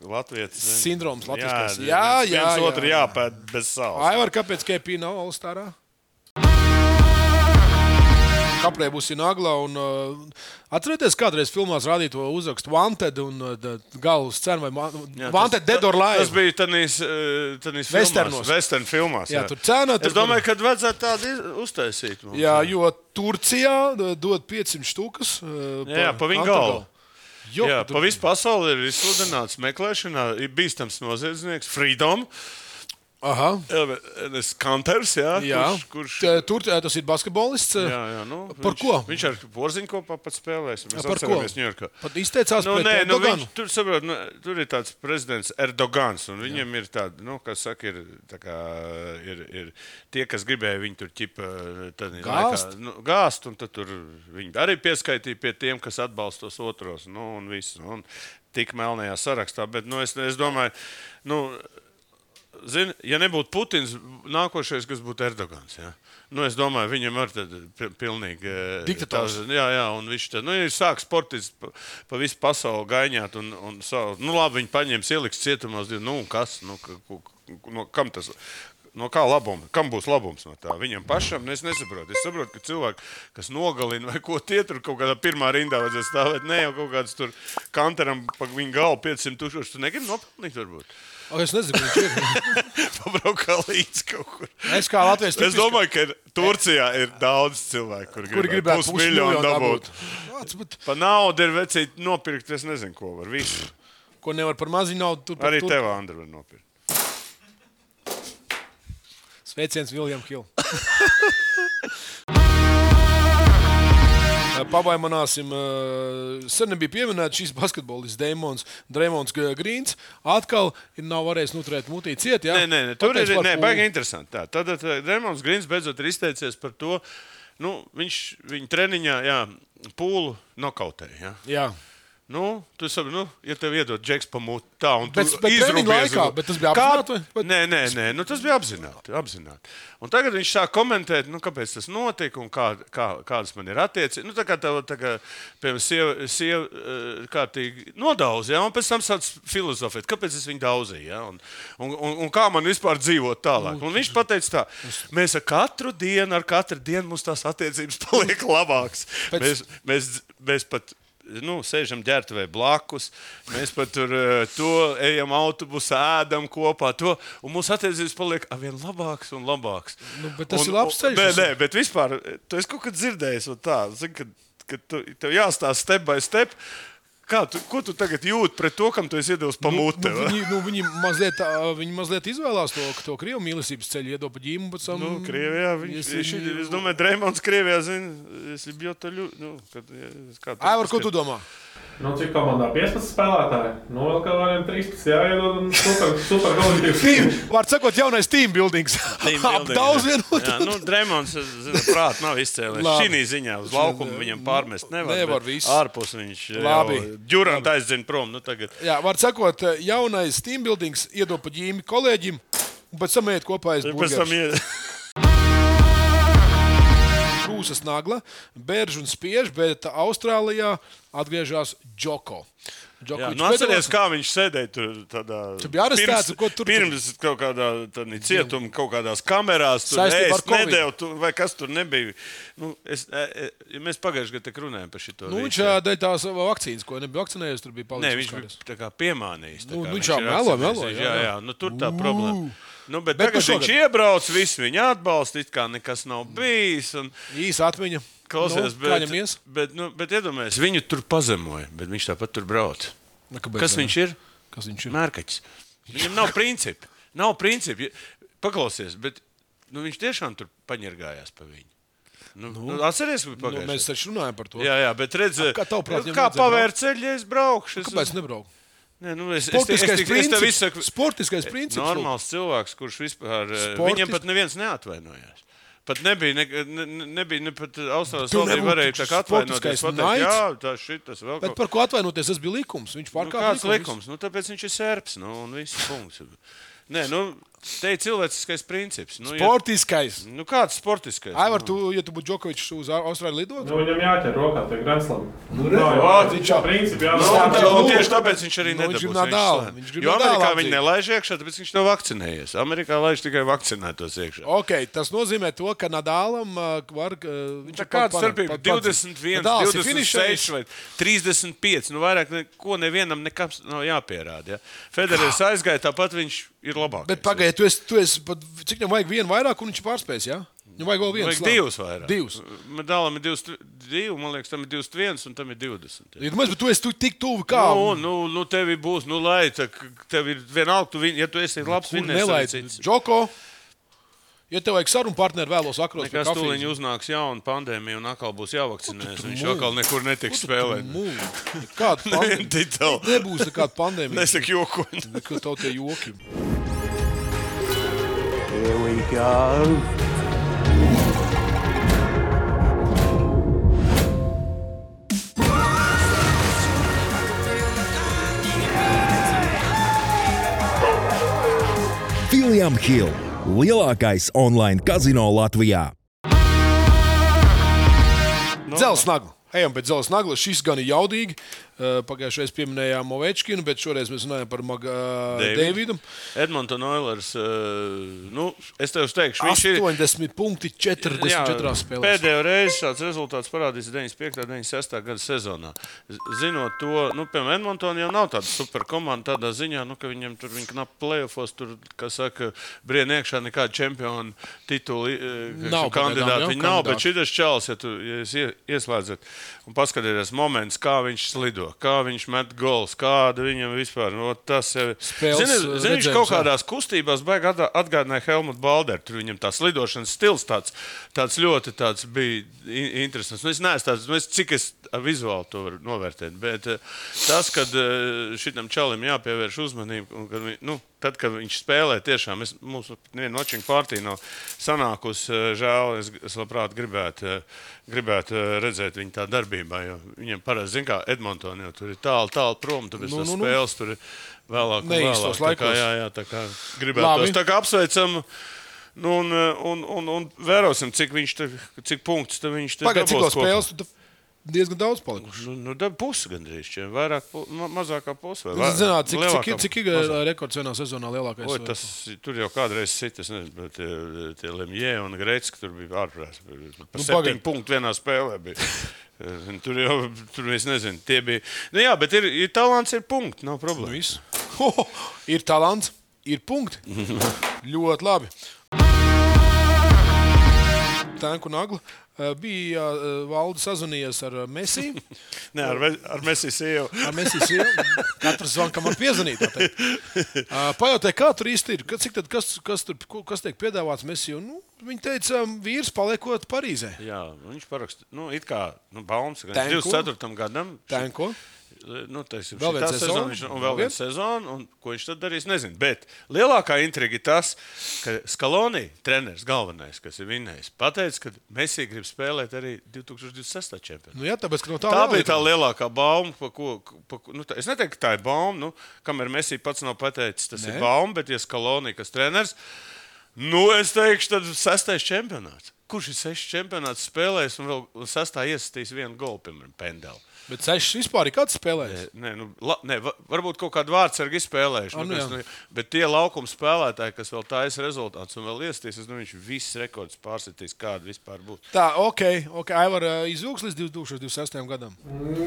Latvijas Sindroms latviskais. Jā, jā, jā. Viens otru jāpēd bez savas. Aivar, kāpēc Kepija nav Olstārā? Kaprē būs Nagla. Un, uh, atcerieties, kādreiz filmās rādīja to uzrakstu Wanted un uh, galvas cenu vai ma- Wanted Dead or Tas Live. bija tenīs, eh, tenīs Westernos. filmās, Western filmās. Jā, tur cena, tur- Es domāju, ka vajadzētu tādu iz- uztaisīt. Mums. Jā, jo Turcijā uh, dod 500 stūkas. Uh, Jā, jā, pa viņu galvu. Jo, Jā, tur- pa visu pasauli ir izsludināts meklēšanā, ir bīstams noziedznieks, Freedom, Aha, Elvis Kanters, jā, jā. kurš, kurš T- Tur uh, tas ir basketbolists. uh, Jā, jā, nu, Par viņš, ko? Viņš ar porziņu kopā pat spēlēs. Mēs Jā, par ko? atceramies Ņujorkā. Pat izteicās Nu, pret nē, nu, Erdoganu. viņš, tur, saprot, nu, tur ir tāds prezidents Erdogans. un Viņam jā. ir tādi, nu, kas saka, ir, tā kā, ir, ir tie, kas gribēja viņu tur ķipa, tad, Gāzt? Laikā, nu, gāzt un tad tur viņi arī pieskaitīja pie tiem, kas atbalsta tos otros. Nu, un viss, nu, un tik melnajā sarakstā. Bet nu, es, es domāju, nu, Zini, ja nebūtu Putins, nākošais, kas būtu Erdogans. Ja? Nu, es domāju, viņam ar tādu pilnīgi. eh, Diktators. tā- Jā, jā, un viņš tad, nu, ir sāks sportists pa, pa visu pasauli gaiņāt. Un, un savu, nu, labi, viņi paņems, ieliks cietumā uz dienu. Nu, un kas? Nu, ka- ku- ku- no, kam tas? No kā labuma? Kam būs labums no tā? Viņam pašam Nu, es nesaprotu. Es saprotu, ka cilvēki, kas nogalina vai ko tie tur kaut kādā pirmā rindā vajadzēs stāvēt, ne jau kaut kāds tur kanteram pa viņu galvu 500 tūkstoši. Tu negribi nopelnīt, varbūt. O, Es nezinu, kurš viņš ir. Pabraukā līdz kaut kur. Es kā Latvijas Es domāju, ka ir- Turcijā ir daudz cilvēku, kur kur gribētu gribētu pusmiljonu dabūt. Vāc, bet, Pa naudu ir vecīt nopirkt, es nezinu, ko var. Visu. ko nevar par maziņu naudu, tur Arī tur- tev, Andri, var nopirkt. Sveiciens Viljam Hilam. Pabaimanāsim, eh, sen nebija pieminēts šis basketbolists Dēmons, Dreamons Grīns. Atkal ir nav varējis noturēt mutī ciet. Jā? Nē, nē, nē tur Pateic ir par nē, pūli. baigi interesanti. Tā, tad tad Rēmons Grīns beidzot ir izteicies par to, nu, viņš viņa treniņā jā, pūlu nokautēja. jā. Jā, Nu, tu saproti, nu, ja tev iedod džeks pamūti tā un Bet- tu bet treniņa izrūpies- laikā, bet tas bija Kā- apzināti vai- vai- Nē, nē, nē, nu, tas bija apzināti, apzināti. Un tagad viņš sāk komentēt, nu, kāpēc tas notika un kā, kā, kādas man ir attiecības. Nu, tā kā tev, tā kā, piemēram, sieva, sieva eh, kārtīgi nodauz, ja, un pēc tam sāc filozofēt, kāpēc es viņu daudzīju, ja, un, un, un, un kā man vispār dzīvot tālāk. Un viņš pateica tā, mēs ar katru dienu, ar katru dienu mums tās attiecības paliek labākas. Pēc- Mēs, mēs, mēs pat nu, sēžam ģērbtuvē blakus, mēs pat tur eh, to ejam autobusā, ēdam kopā to, un mūsu attiecības paliek ar vien labākas un labākas. Nu, bet tas un, ir labs ceļš, Nē, tas nē, ir. bet vispār, eh, tu esi kaut kad dzirdējis no tā, zini, ka, ka tu, tev jāstāsta step by step. Kā tu, ko tu tagad jūti pret to, kam tu esi iedevis pamūti? Nu, viņi, nu, viņi, mazliet, ā, viņi mazliet izvēlās to, to krievu mīlestības ceļu, iedod pa ģīmu. pēc tam- Nu, Krievijā viņš Если ir. не- Es domāju, Dreamlands Krievijā zina, es biju tā ļoti. Nu, kad, ja, kā tu- Aivar, ko tu domā? Nu, cik komandā 15 spēlētāji? Nu, vēl kaut kādiem 13 jāiedod un super, super kolektīvs. Var sakot, jaunais team buildings. Apdauz vienu Jā, nu, Dreamlands prāt nav izcēlējis. Labi. Šī ziņā uz laukumu viņam pārmest nevar. Nevar bet visu. Ārpus viņš. Labi. Džurant aizdzina prom. Nu, tagad. Jā, var sakot, jaunais team buildings iedod pa ģīmi kolēģim, un pēc tam iet kopā aiz Pēc tam burgeru. ie- Krūzes nagla, bērns un spiež, bet Austrālijā atgriežas Džoko. Jā, Džokovičs nu, atceries, pēdējos- kā viņš sēdēja tur. Tādā, Tu biji arestēts, pirms- ko tur- Pirms kaut kādā tādī cietuma, kaut kādās kamerās. Tur Saistībā ar ēst Covid. nedēļu, tu- vai kas tur nebija. Nu, es, e, e, mēs pagājušajā gadā tik runājām par šo. Nu, viņš ā, dēļ tās vakcīnas, ko nebija vakcinējies, tur bija Nē, palicis. viņš kādreiz. bija tā kā piemānījis. tā Nu, kā nu, viņš jau ir melo, melo, atcerējies, jā, Jā, jā. jā, nu, tur tā problēma. Nu, bet Bet bet nu tagad viņš šogad? iebrauc, viss viņa atbalsta, it kā nekas nav bijis. Un, Īsa atmiņa. Klausies, Nu, kā bet, ņemies? bet, nu, bet iedomājieties, viņu tur pazemoja, bet viņš tāpat tur brauc. Nu, Kas viņš ir? Kas viņš ir? Mērķis. Viņam nav principi. Nav principi. Ja- Paklausies, bet nu, viņš tiešām tur paņirgājās pa viņu. Nu, nu, Atcerieties, kā Nu, mēs taču runājam par to. Jā, jā, bet redziet, kā tavuprāt, viņam kā vajadzēja Nu, pavērt ceļu, ja es braukšu. Es, Kāpēc nebraukt? Nē, nu, es, es, te- es, Sportiskais tik- es tev princips. izsaku, Sportiskais princips. Normāli. normāls cilvēks, kurš vispār. eh, Sportis- Viņam pat neviens neatvainojās. Pat nebija, ne, ne, ne- nebija ne pat Austrālijas Tu valdība nebūtu varēja tā kā sportiskais atvainoties. Pateikt, naids? jā, tā šitas vēl Bet kaut par ko atvainoties? Tas bija likums. Viņš Nu, pārkāpa kāds likums? Nu, tāpēc viņš ir sērps. Nu, un viss punkts. Nē, nu, te ir cilvēciskais princips. Nu, ja, Sportiskais. nu, kāds sportiskais? Aivar, tu, ja tu būtu Džokovičs uz Au- Austrāliju lidot? Nu, viņam jāķer rokā, tie grenzlami. Nu, redz. jau principi Nu, jādomā. tā, nu, tieši tāpēc viņš arī Nu, viņš nedabūs. grib Nadalu, slēdz. viņš grib jo Nadalu Amerikā apdzīt. viņi nelaiž iekšā, tāpēc viņš nav vakcinējies. Amerikā laiž tikai vakcinētos iekšā. Okay, tas nozīmē, to, ka Nadālam ā, var. ā, Viņš Tā Kāda starpība? 21, Nadāls ir 26 finišējis. vai 35. Nu, vairāk neko nevienam nekas nav jāpierāda. Ja? Federers aizgāja, tāpat viņš ir labāks. Bet pagaidiet, tu esi, tu esi pat, cik viņam vajag vienu vairāk, un viņš pārspēs. Ja? Viņam vajag vēl vienu. Nu, Vajag slāni. divus vairāk. Divus. Medālam ir 22, man liekas, tam ir 21 un tam ir 20. Ir maz, bet tu esi tu tik tuvu kā. Nu, nu, nu, tev ir būs, nu, lai tā, k- tev ir vienalga, tu, vin- ja tu esi labs Kur vinnējs, nelaid? tad cits. Džoko. Ja tev vajag sarunu partneri, vēlos akros Nekā stūliņa uznāks jauna pandēmija un atkal būs jāvakcinējas. tu Viņš mūli? atkal nekur netiks spēlēt. Kāda Nevienu pandēmija? titulu. Nebūs nekāda pandēmija. Nesaka joku. Nekā tev tie joki. Viljams Hilde - lielākais online kazino Latvijā. Nu. Zelts nagla. Ejam pēc zelta nagla. Šis gan ir jaudīgi. Uh, Pagājušajā gadā pieminējām Ovečkinu, bet šoreiz mēs runājam par Maga... Davidu. Davidu. Edmonton Oilers, eh, nu, es tev teikšu, viņš ir. 80 punkti 44 spēlēs. Pēdējo reizi tāds rezultāts parādījās 95. un 96. gada sezonā. Z- Zinot to, nu, piemēram, Edmontonam jau nav tāda superkomanda tādā ziņā, nu, ka viņam tur viņa knapi plēsofos, tur, kā saka, brīvā iekšā nekāda čempionu titula eh, Nav pagaidām, kandidāta. jā, Viņa nav, bet kandidāti. šis čels, ja, tu, ja jūs ie- ieslēdzat un paskatieties moments, kā viņš slido, kā viņš met gols, kāda viņam vispār, nu, tas jau Spēles, eh, Zini, zini, viņš redzējums, kaut jā. kādās kustībās baigi atdā- atgādināja Helmuta Balderu. Tur viņam tā slidošanas stils tāds, tāds ļoti tāds bija i- interesants. Nu, es neesmu tāds, nu, es, cik es vizuāli to varu novērtēt. Bet eh, tas, kad eh, šitam čalim jāpievērš uzmanība, un kad, vi- nu, tad, kad viņš spēlē, tiešām es, mums neviena nočinga pārtī nav sanākusi. eh, Žēl, es, es labprāt gribētu, eh, gribētu eh, redzēt viņu tā darbībā. jo Viņam parasti, zin kā, Edmontonā jau tur ir tālu, tālu prom, tāpēc Nu, nu, nu, nu, nu. spēles tur ir vēlāk. un Neīstos vēlāk. Tā kā, laikos. Jā, jā, tā kā gribētu. Labi. Tā kā apsveicam. Nu, un, un, un, un vērosim, cik, viņš te, cik punktus te viņš te Pagaidiet, cik daudz dabūs spēles tu diezgan daudz palikuši. kopā. Nu, nu, da- pusi gandrīz. Čem, vairāk, pu- ma, mazākā pusē. Jūs Nu, zināt, cik, cik, cik ir eh, rekords vienā sezonā lielākais? eh, Oi, tas, tur jau kādreiz citas, nezinu, bet tie, tie Lemjē un Greits, tur bija ārprāts. Pa nu, pagaid. septiņu punktu vienā spēlē bija. Eh, Tur jau, tur es nezinu, tie bija. Nu, jā, bet ir, ir talants, ir punkti, nav problēma. Nu Viss. Ho, ho, ir talants, ir punkti. Ļoti labi. Tanku nagla. eh, Bija eh, valde sazvanījies ar eh, Messi. Nē, ar, Ve- ar Messi sievu. Ar Messi sievu. Katrs zvan, kam var piezvanīt. tā teikt. Eh, Pajautāja, kā tur īsti ir. ka- Cik tad, kas, kas, tur, ko- kas tiek piedāvāts Messi? Un, Nu, viņa teica, vīrs paliekot Parīzē. Jā, viņš parakstīja. Nu, it kā nu, Balns ir Tenko? 24. gadam. šī- Tanko. Nu, teiksim, Vēl vēl viena viena sezona? sezona, viņš- un vēl Vēl viena sezona, un ko viņš tad darīs, nezinu. Bet lielākā intriga ir tas, ka Skalonija, treneris galvenais, kas ir vinnējis, pateica, ka Mēsī grib spēlēt arī 2026. čempionātā. Nu, jā, tāpēc, ka no tā, Tā reāli bija ir. tā lielākā bauma, pa ko. Pa, ko- nu, tā, es neteiktu, ka tā ir bauma. Nu, kamēr Mēsī pats nav pateicis, tas Nē. Nē. ir bauma, bet ja Skalonija, kas treneris, Nu, es teikšu, tad sastais čempionāts. Kurš ir sešs čempionāts spēlējis un vēl sastā iesaistījis vienu golu, piemēram, pendeli? Bet sešas vispār ir kāds spēlējis. Nē, nu, la, nē, va- varbūt kaut kādu vārdu arī spēlējuši. Ah, Nu, nu kas, jā. nu, bet tie laukuma spēlētāji, kas vēl taisa rezultātus un vēl iestīs, es, nu, viņš visus rekordus pārsitīs, kāda vispār būtu. Tā, ok, ok. Aivar izjūgs līdz 2026. gadam.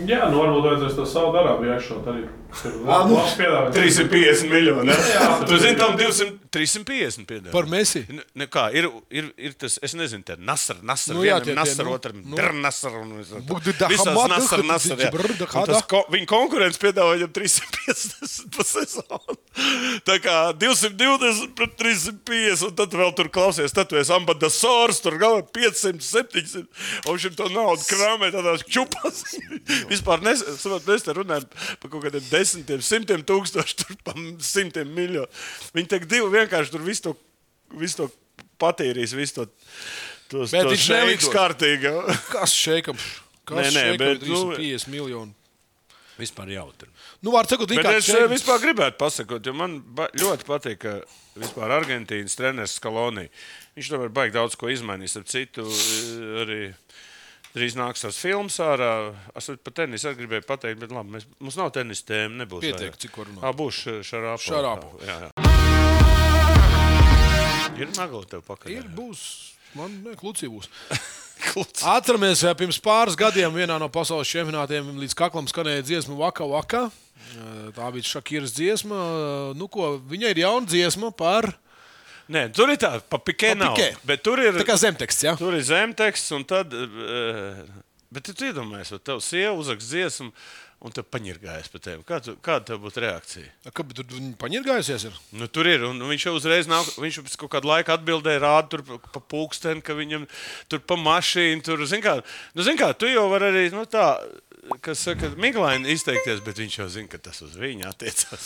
Jā, nu varbūt vajadzēs to savu nu, darbu iekšot arī. Tur labs piedāvājums. 350 miljoni. Jā. Tu zini, tam 200, 350. Piedāvā. Par Messi? Nu, nu kā, ir, ir, ir tas, es nezinu, tā nasra, nasra, Nu nu, jā, jā, tie- tie, vienam nasra, nu, nu, otram nu. nu, nasra. Un, Bugdada visās hamada, nasra, tu- nasra, jā. brrda Un tas hada. ko, viņa konkurence piedāvā viņam 350 pa sezonu. Tā kā 220 pret 350, un tad vēl tur klausies, tad tu esi ambasadors, tur galā 500, 700, un šim to naudu krāmē tādās čupās. Vispār nes, saprot, mēs te runājam par kaut kādiem desmitiem, simtiem tūkstošu, tur pa simtiem miljonu. Viņi tiek divi vienkārši tur visu to, visu to patīrīs, visu to. Tos, Bet tos viņš neliks. šeikus kārtīgi. Kas šeikam? Kas Nē, nē, šeikam bet, nu, 350 miljonu? Vispār jautri. Nu, var teikt, Bet ka es eh, vispār gribētu pasakot, jo man ba- ļoti patīk, ka vispār Argentīnas treneris Skalonī. Viņš tomēr baigi daudz ko izmainīs. Ar citu eh, arī drīz nāks tas filmas ārā. Es pat par tenisu arī gribēju pateikt, bet labi, mēs, mums nav tenisa tēma. Nebūs Pietiek, vairāk. cik var runāt. Ā, Būs šarāpu. Šarāpo. Jā, jā. Ir nagla tev pakaļ. ir būs. Man liekas, Lucija būs. Kluts. Atceramies, eh, pirms pāris gadiem vienā no pasaules čempionātiem līdz kaklam skanēja dziesma Vaka Vaka. Eh, Tā bija Šakīras dziesma. Eh, Nu, ko, viņai ir jauna dziesma par Nē, tur ir tā, pa pikē Pa nav. pikē. Bet tur ir. tā kā zemteksts. Ja? Tur ir zemteksts, un tad. eh, Bet tu iedomājies, ka tev sieva uzrakst dziesmu, un tev paņirgājas par tevi. Kā tu, kāda tev būtu reakcija? Kāpēc tur viņi paņirgājusies? Ir? Nu, tur ir, un viņš jau uzreiz nāk, viņš jau pēc kaut kāda laika atbildēja, rāda tur pa- pa pulksteni, ka viņam tur pa mašīnu tur, zin kā, nu, zin kā, tu jau vari arī, nu, tā. Kas saka, miglaini izteikties, bet viņš jau zina, ka tas uz viņu attiecās.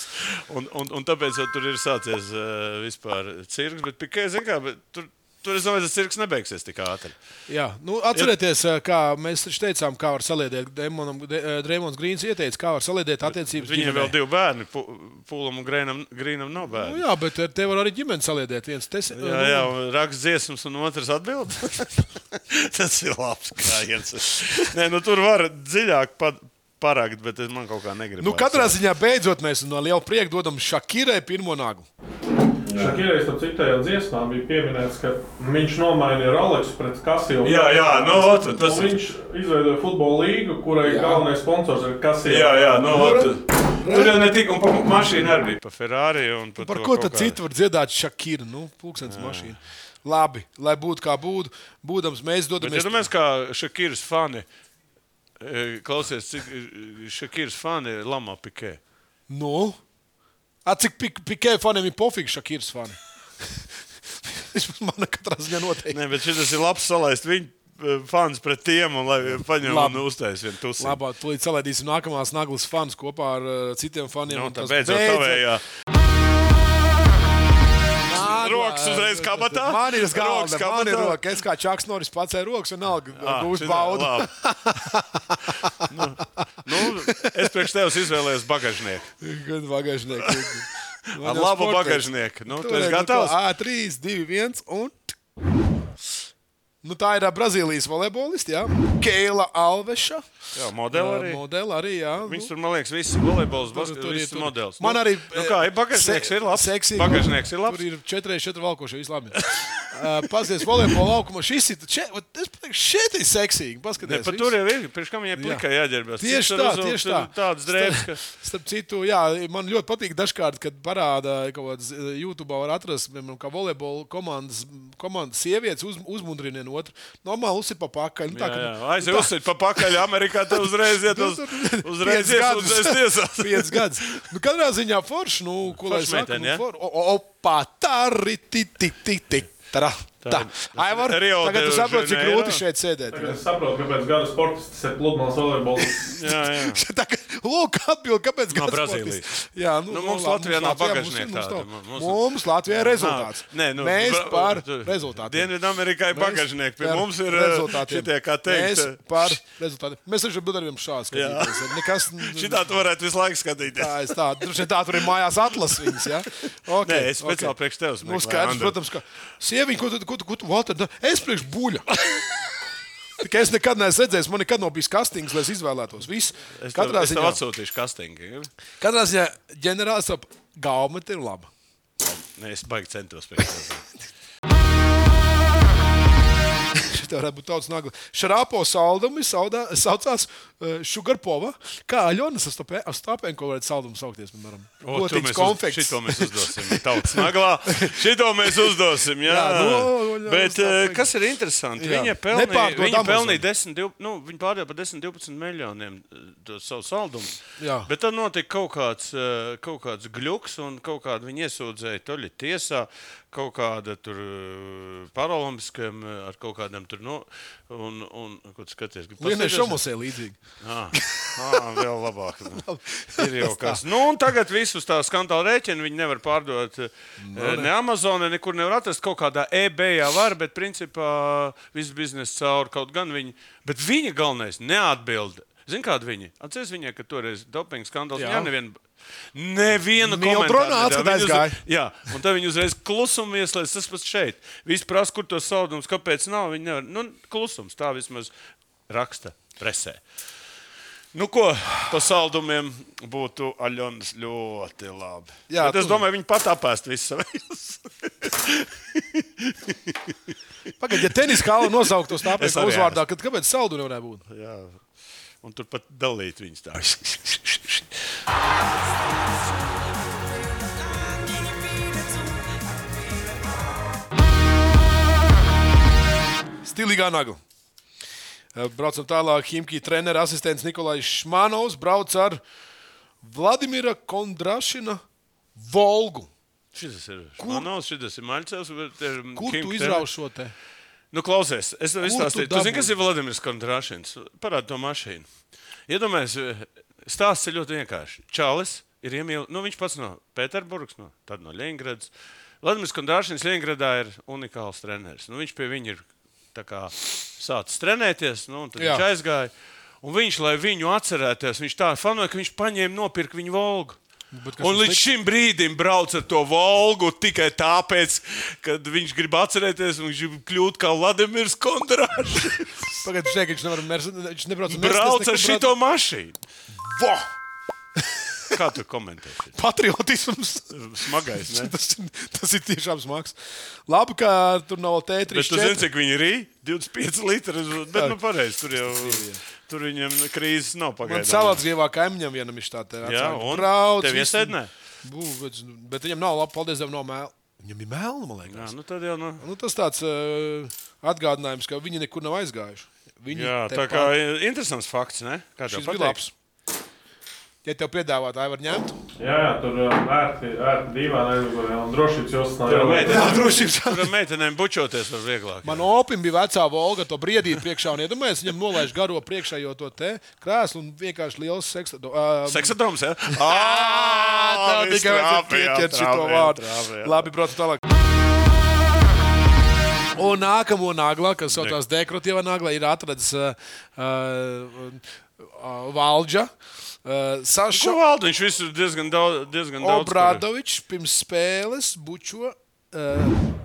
Un, un, un tāpēc jau tur ir sācies uh, vispār cirks. Bet, pikē, zin kā, bet tur, tur es domāju, tas cirks nebeigsies tik ātri. Jā, nu, atcerieties, eh, kā mēs taču teicām, kā var saliedēt. Demonam- De- eh, Dreimons Grīns ieteica, kā var saliedēt attiecības. Viņam ģimenē. vēl divi bērni. Pu- Pūlam un Grēnam, Grīnam nav Nu, bērni. jā, bet ar tevi var arī ģimenes saliedēt. Viens te ir. Nu Jā, jā, un raksts dziesmas, un otrs atbild. Tas ir labs gājiens. Nē, nu tur var dziļāk pa- parakt, bet es man kaut kā negribu. Nu, katrā ziņā beidzot mēs no liela prieka dodam Šakīrai pirmo nāgu. Šakīrais, ap cik tajā dziesmā bija pieminēts, ka viņš nomainīja Aleksu pret Kasiju. Jā, jā, nu, ot, tas Un ir. viņš izveidoja futbola līgu, kurai jā. galvenais sponsors ir Kasija. Jā, jā, nu, ot, tur jau ne tik, un pa mašīnu arī bija. Pa Ferrari un pa Par to ko kaut tad kā- citu var dziedāt Šakīru? Nu, pulkstenis mašīna. Labi, lai būtu kā būtu, būdams mēs Bet dodamies. es domāju, ka Šakīras fani, e, klausies, cik e, Šakīras fani lamā pikē. Nu, A, cik pik, pikē faniem ir pofīgi Šakīras fani? Vismaz Manā katrā ziņā noteikti. Nē, bet šis ir labs salaist viņu eh, fans pret tiem un lai paņem Labi. un uztais vienu tusi. Labā, tūlīt salaidīsim nākamās naglas fans kopā ar uh, citiem faniem. Nu, un tā tas beidzot tavējā. Nagla- Rokas uzreiz kabatā? Man ir uz galda, Rokas Ah, man ir kabatā? roka. Es kā Čaks Noris pats ar rokas, vienalga, Ā, gūs šitā, baudu. labi. nu, nu, es priekš tevis izvēlējos bagāžnieku. Gan bagāžnieks. Ar labu bagāžnieku. Nu, tu esi gatavs? A3, 2, 1 un. Nu, tā ir ā, Brazīlijas volejbolists, jā. Keila Alveša. Jā, modeli arī. Modeli arī, jā. Nu, Viņš tur, man liekas, viss volejbols, Tur- tur ir- basketbols, tur- modelis. Man arī e, eh, Nu kā, ir bagāžnieks se- ir labs. seksīgi. Bagāžnieks ir labs. Tur ir 4-4 valkoši, viss labi. Uh, Paskaties, volejbola laukumā šis ir. Še, vat es pateiktu, šeit ir seksīgi. Paskaties, Ne, pat tur jau ir. Pirms kam viņai plikai jāģērbjas. Tieši Cits tā, ar uzvilkt tieši tā. Tādas drēbes, ka... Starp citu, jā, man ļoti patīk dažkārt, kad parāda kaut kādas YouTube, var atrast, piemēram, kā volejbola komandas, komandas sievietes uz, uzmundrina vienu otru. Normāli uzsipa pakaļ. Nu, tā, Jā, ka- jā. Aizjūsi pa pakaļ Amerikā, tad uzreiz iet uz, uzreiz Piecus iet gadus. uz tiesās. Piecus gadus. Nu, katrā ziņā forši, nu, ko lai Forša saka. meitene, Nu, ja? for... o- o- Opa, tā arī tik, tik, tik, tik. Tā, tā. Aivar, Rio tagad tu de saproti, cik Janeiro. grūti šeit sēdēt. Tagad es saprotu, kāpēc gada sportists ir pludmales volejbols. Jā, jā. Tā kā- Lūk, atbild, kāpēc No gan Brazīlijas. sportists? Jā, nu, Nu, mums nu, labi, Latvijā nav Latvijā bagāžnieka mums- mums tāda. nav. Mums- Mums Latvijā ir rezultāts. Nā, Nē, nu, Mēs bra- par tu- rezultātiem. Dienvidamerikai Mēs bagāžnieki. Pie par mums ir eh, rezultātiem. šitie, kā teikt, eh, Mēs par rezultātiem. Mēs taču budarījām šādi. Jā. skatīties. Nekas. Šitā tu varētu visu laiku skatīties. Tā, es tā, droši vien tā tur ir mājās atlases viņas. Ja? Okay, Nē, es speciāli priekš tevis Nu, meklēju, skaidrs, Andri. protams, ka sieviņa, ko tu, ko tu, ko tu Walter, da- es priekš buļļu. Tikai es nekad neesmu redzējis, man nekad nav bijis kastings, lai es izvēlētos. Viss. Es tev, Katrā es tev ziņā, atsūtīšu kastingi. katrā ziņā ģenerālis ap gaumete ir laba. Nē, es baigi centos priekš tevis. tā varētu būt tautas nagla. Šrāpo saldumi saudā, saucās uh, Sugarpova. Kā Aļona Astapēnko varētu saldumu saukties, piemēram, O, to mēs Gotīts uz- konfekts. Šito mēs uzdosim. Tautas naglā. Šito mēs uzdosim. Jā, Jā, nu, jā, bet tā eh, kas ir interesanti? Jā. Viņa pelnīja, Nepārdod viņa Amazon. pelnīja 10, 12, nu, viņa pārdeva par 10, 12 miljoniem eh, to savu saldumu. Jā. Bet tad notika kaut kāds, eh, kaut kāds gluks, un kaut kāda viņa iesūdzēja toļi tiesā, kaut kāda tur eh, paralimpiskajam, eh, ar kaut kādiem tur no. Un, un ko tu skaties? Gribi Lienai paskatīties? Šomosē līdzīgi. Ah, ah, vēl labāk. Ir jau kas. Nu, un tagad visus tā skandāla rēķinu viņi nevar pārdot. No, Nu, ne. ne Amazonē, nekur nevar atrast. Kaut kādā eBayā var, bet principā viss biznesa caur kaut gan viņi. Bet viņa galvenais neatbild. Zini, kāda viņa? Atcerieties, viņai, ka toreiz dopinga skandāls Jā. jau nevienu. Nevienu Mildronā komentāru atskatā nedēļ. Viņa uz- aizgāja. Jā, un tad viņi uzreiz klusumu ieslēdz. Tas pats šeit. Visi prasa, kur tos saldumus, kāpēc nav. Viņi nevar. Nu, klusums tā vismaz raksta presē. Nu, ko par saldumiem būtu Aļonas ļoti labi. Jā, Jā, Bet es tu- domāju, viņi pat apēst visu savus. Pagaidiet, ja tenis kā Aļona nosauktos Es Astapēnko arī uzvārdā, tad kāpēc saldumi nevarētu būt? Jā. Un tur pat dalīt viņus tā. Stilīgā nagla. Eh, Braucam tālāk. Himki treneris asistents Nikolais Šmanovs brauc ar Vladimira Kondrašina Volgu. Šis ir Manovs, šis ir Maļcevs. bet ir Kur Kim tu Ter- izrauj šo te? Nu, klausies, es tu tev izstāstīju. Tu dabūji? zini, kas ir Vladimirs Kontrašins? Parādi to mašīnu. Iedomājies, eh, stāsts ir ļoti vienkāršs. Čālis ir iemīlējis, nu, viņš pats no Pēterburgas, no, tad no Leningradas. Vladimirs Kontrašins Leningradā ir unikāls treneris. Nu, viņš pie viņa ir tā kā sācis trenēties, nu, un tad Jā. viņš aizgāja. Un viņš, lai viņu atcerētos, viņš tā fanoja, ka viņš paņēma nopirkt viņu volgu. Nu, Bet kas Un tas līdz šim brīdim brauc ar to valgu tikai tāpēc, ka viņš grib atcerēties, un viņš grib kļūt kā Vladimirs Kondrašs. Pagaidiet, šeit viņš nevar mērst. Viņš nebrauc ar Brauc Mercedes, nekur ar šito mašīnu. Vo! Kā tu komentēsi? Patriotisms. Smagais, ne? tas, ir, tas ir tiešām smags. Labi, ka tur nav Bet tu zini, T3. cik viņi ir? 25 litri. Bet, nu, pareizi, tur jau tur viņam krīzes nav Man pagaidām. salādzgrievā kaimiņam vienam ir tā te. nu, Jā, atsāka. un brauc. tev visu- iesēdnē? Bū, bet, bet viņam nav labi, paldies Dievam, nav mēl. Viņam ir mēlna, man liekas. Jā, nu tad jau nu. Nu, tas tāds uh, atgādinājums, ka viņi nekur nav aizgājuši. Viņi Jā, te tā kā pat- interesants fakts, ne? Kā tev šis bija patīk? labs. Ja tev piedāvātāji var ņemt, Jā, jā, tur ā, ērti, ērti divā, nezinu, kur jau drošības jostas nav. jābūt. meitene. tad drošības Tur ar meitenēm bučoties var vieglāk. man opim bija vecā volga, to briedīt priekšā un iedomājies, viņam nolaiž garo priekšējo to te krēslu un vienkārši liels seks. Uh, Seksadoms, jā? Tā tikai vajadzēja pieķert šo vārdu. Labi, braucam tālāk. Un nākamo naglā, kas saucās Dekrotīva naglā, ir atradzis uh, uh, uh, Valdža. Uh, Saša Šo valdu viņš visu diezgan daudz. Diezgan daudz kur- Obradovičs pirms spēles bučo. Uh,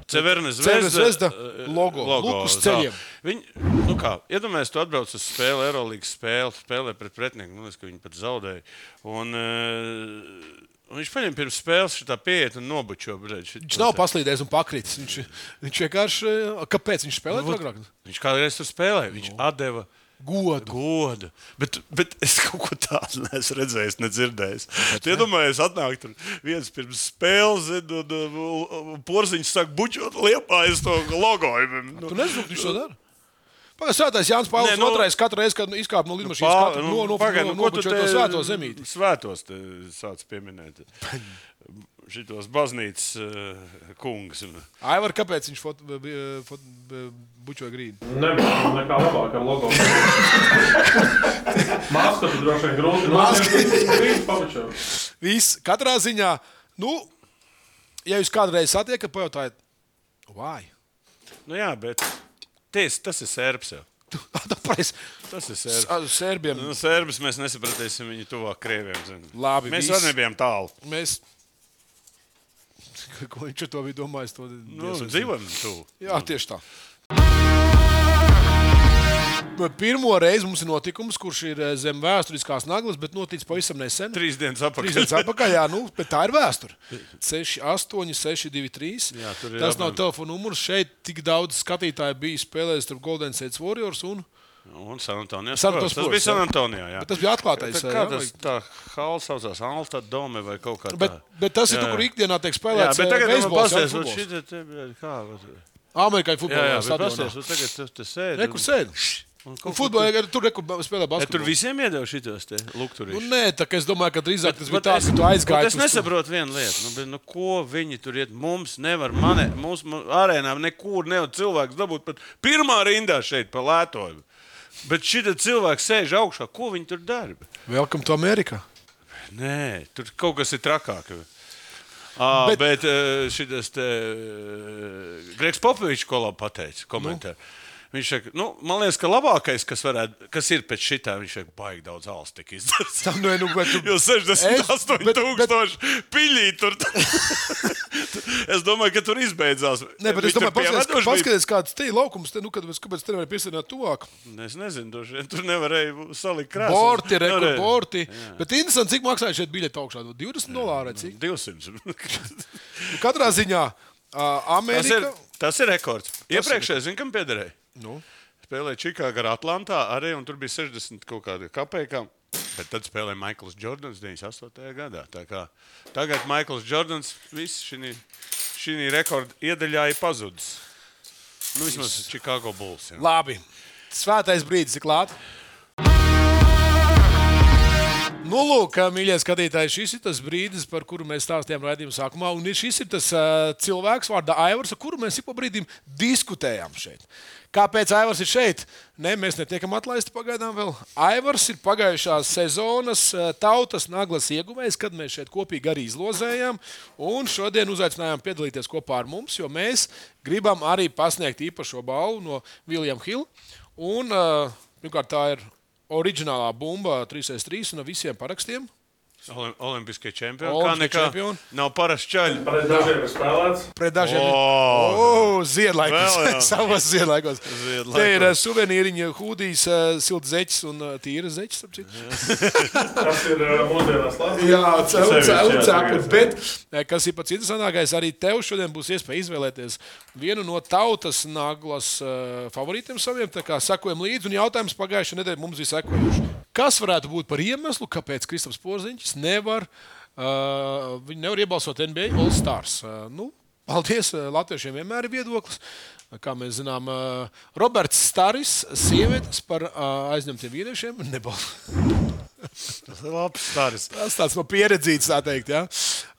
Cevernes Cevernes zvezda zvezda logo. Lūk uz ceļiem. Viņi, nu kā, iedomājieties, tu atbrauc uz spēli, Eirolandes spēli, spēlē pret pretinieku, nu, es, ka viņi pat zaudēja. Un, eh, un viņš paņem pirms spēles šo tā pieeja un nobučo. Bļaļ, viņš nav paslīdējis un pakritis. Viņš, viņš vienkārši. eh, Kāpēc viņš spēlē to agrāk? Viņš kādreiz tur spēlēja, viņš Nu. no. atdeva. Godu. Godu. Bet, bet es kaut ko tādu neesmu redzējis, nedzirdējis. Tu iedomājies, atnāk tur viens pirms spēles, zini, un, un, un porziņš sāk bučot liepā aiz to logo. Nu, Tu nezini, ko viņš to dara. Pagaidām, svētais Jānis Pauls Nē, nu, nu- otrais katru reizi, kad nu, izkāpa no lidmašīnas, pā- katru- no, no, pagaid, no, nu, no, no ko tu to te- svēto zemīti. Svētos te sāc pieminēt. Šitos baznīcas uh, kungus. un- Aivar, kāpēc viņš fot, bija, fot, bija bučoja grīdu? Nebija nekā labāka ar logo. Maska tur droši vien grūti. Maska. Viss papučo. Viss, katrā ziņā, nu, ja jūs kādreiz satiekat, pajautājiet, vai? Nu, jā, bet ties, tas ir sērps. jau. Tāpēc Tas ir sērps. ar nu, serbiem Nu, sērbus mēs nesapratīsim viņu tuvāk krieviem. Zinu. Labi, mēs viss. vēl nebijām tālu. mēs. Ko viņš ar to bija domājis? To Nu, nu, Mm. dzīvojam tuvu. Jā, tieši tā. Pirmo reizi mums ir notikums, kurš ir eh, zem vēsturiskās naglas, bet noticis pavisam nesen. Trīs dienas Trīs dienas apakšā. atpakaļ, jā, nu, bet tā ir vēsture. 6, 8, 6, 2, 3. Jā, tur ir Tas nav jābūt. telefona numurs. Šeit tik daudz skatītāju bija spēlējis ar Golden State Warriors. Un... Nu, Un San Antonijā. San Antonio Tas bija Spurs, San jā. Antonijā. Jā. Bet tas bija atklātais. Tā eh, kā jā, tas vai- tā hals saucās Alta Dome vai kaut kā tāda. Bet, bet tas ir Jā, tur, kur jā. ikdienā tiek Jā, spēlēts. eh, bet tagad nu, ir mēs jāatbalsta. paskatāmies, kas ir šis kā. vat- Amerikāņu Jā, futbolā jā, bet stadionā. paskaties, vat tagad tu te sēdi. Re, Kur sēd? Un Un kaut kur Futbolā ir tur, re, kur spēlē Ja tur basketbolu. visiem iedeva šitos te Nu, lukturīšus. nē, tā kā es domāju, ka drīzāk tas bija Bet tā, ka tu aizgāji. bet Es tu- nesaprotu vienu lietu. Nu, bet, nu, ko viņi tur iet? Mums nevar, mani, mums mu- arēnā nekur nevar cilvēks dabūt pat pirmā rindā šeit pa lētoju. Bet šī cilvēka sēž augšā. Ko viņi tur dara? Welcome to America. Nē, tur kaut kas ir trakāk. À, Bet- bet bet šis Gregs Popovičs ko labi pateica komentāru. Nu. Viņš saka, nu, man liekas, ka labākais, kas, varētu, kas ir pēc šitā, viņš saka, baigi daudz alus tik izdarīts. Tā, nu, nu, bet tu- Jo 68 bet- bet- tūkstoši piļī tur. es domāju, ka tur izbeidzās. Nē, bet es Viņi tur domāju, paskaties, pieveduši bija? paskaties, kāds te ir laukums. Te, nu, kad, mēs- kāpēc te nevar piesaistīt tuvāk? Nu, Es nezinu, droši vien tur nevarēja salikt Nu, krāsas. Borti, rekordi, Nevarēja. borti. Bet interesanti, cik maksāja šeit biļete augšā? 20 dolāri. vai Cik? 200. Nu, Katrā ziņā uh, Tas ir, Amerika. tas ir rekords. Iepriekšējais, zinām, kam piederēja. Nu. Spēlēja Čikāga ar Atlantā arī, un tur bija 60 kaut kāda kapeka. Bet tad spēlēja Maikls Jordans 98. gadā. Tā kā Tagad Maikls Jordans viss šī rekorda iedaļā ir pazudis. Nu, vismaz Čikāgo Bulls. jā. Labi. Svētais brīdis ir klāts. Nu, lūk, mīļie skatītāji, šis ir tas brīdis, par kuru mēs stāstījām raidījuma sākumā. Un šis ir tas uh, cilvēks, vārdā Aivars, ar kuru mēs ik pa brīdim diskutējām šeit. Kāpēc Aivars ir šeit? Nē, mēs netiekam atlaisti pagaidām vēl. Aivars ir pagājušās sezonas uh, tautas naglas ieguvējs, kad mēs šeit kopīgi arī izlozējām. Un šodien uzaicinājām piedalīties kopā ar mums, jo mēs gribam arī pasniegt īpašo balvu no Viljama Hila. Un, uh, pirmkārt, tā ir oriģinālā bumba 3x3 un ar visiem parakstiem. Olim- Olimpiskie čempioni. Kā Olimpiskie nekā čempioni. nav parasts čaļi. Pareizi dažiem ir spēlēts. Pret dažiem O! O, ziedlaikos, Vēl jau. savos ziedlaikos. Ziedlaikos. Te ir eh, suvenīriņa, hūdijas, eh, silts zeķis un eh, tīras zeķis. starp citu. Tas ir eh, mūsdienās labi. Jā, cēlot, Sevišķi, jā, cēlot, cēlot. tagad. Bet, eh, kas ir pats interesantākais, arī tev šodien būs iespēja izvēlēties vienu no tautas naglas eh, favorītiem saviem. Tā kā sakojam līdzi, un jautājums pagājušajā nedēļā mums bija sekojuši. Kas varētu būt par iemeslu, kāpēc Kristaps Porziņš nevar, uh, nevar iebalsot NBA All Stars? Uh, nu, paldies, eh, Latviešiem vienmēr ir viedoklis. Kā mēs zinām, eh, Roberts Staris, sievietes par eh, aizņemtiem vīriešiem, nebalso. Tas ir labs stāsts. Tas tāds no pieredzītas, tā teikt. Ja?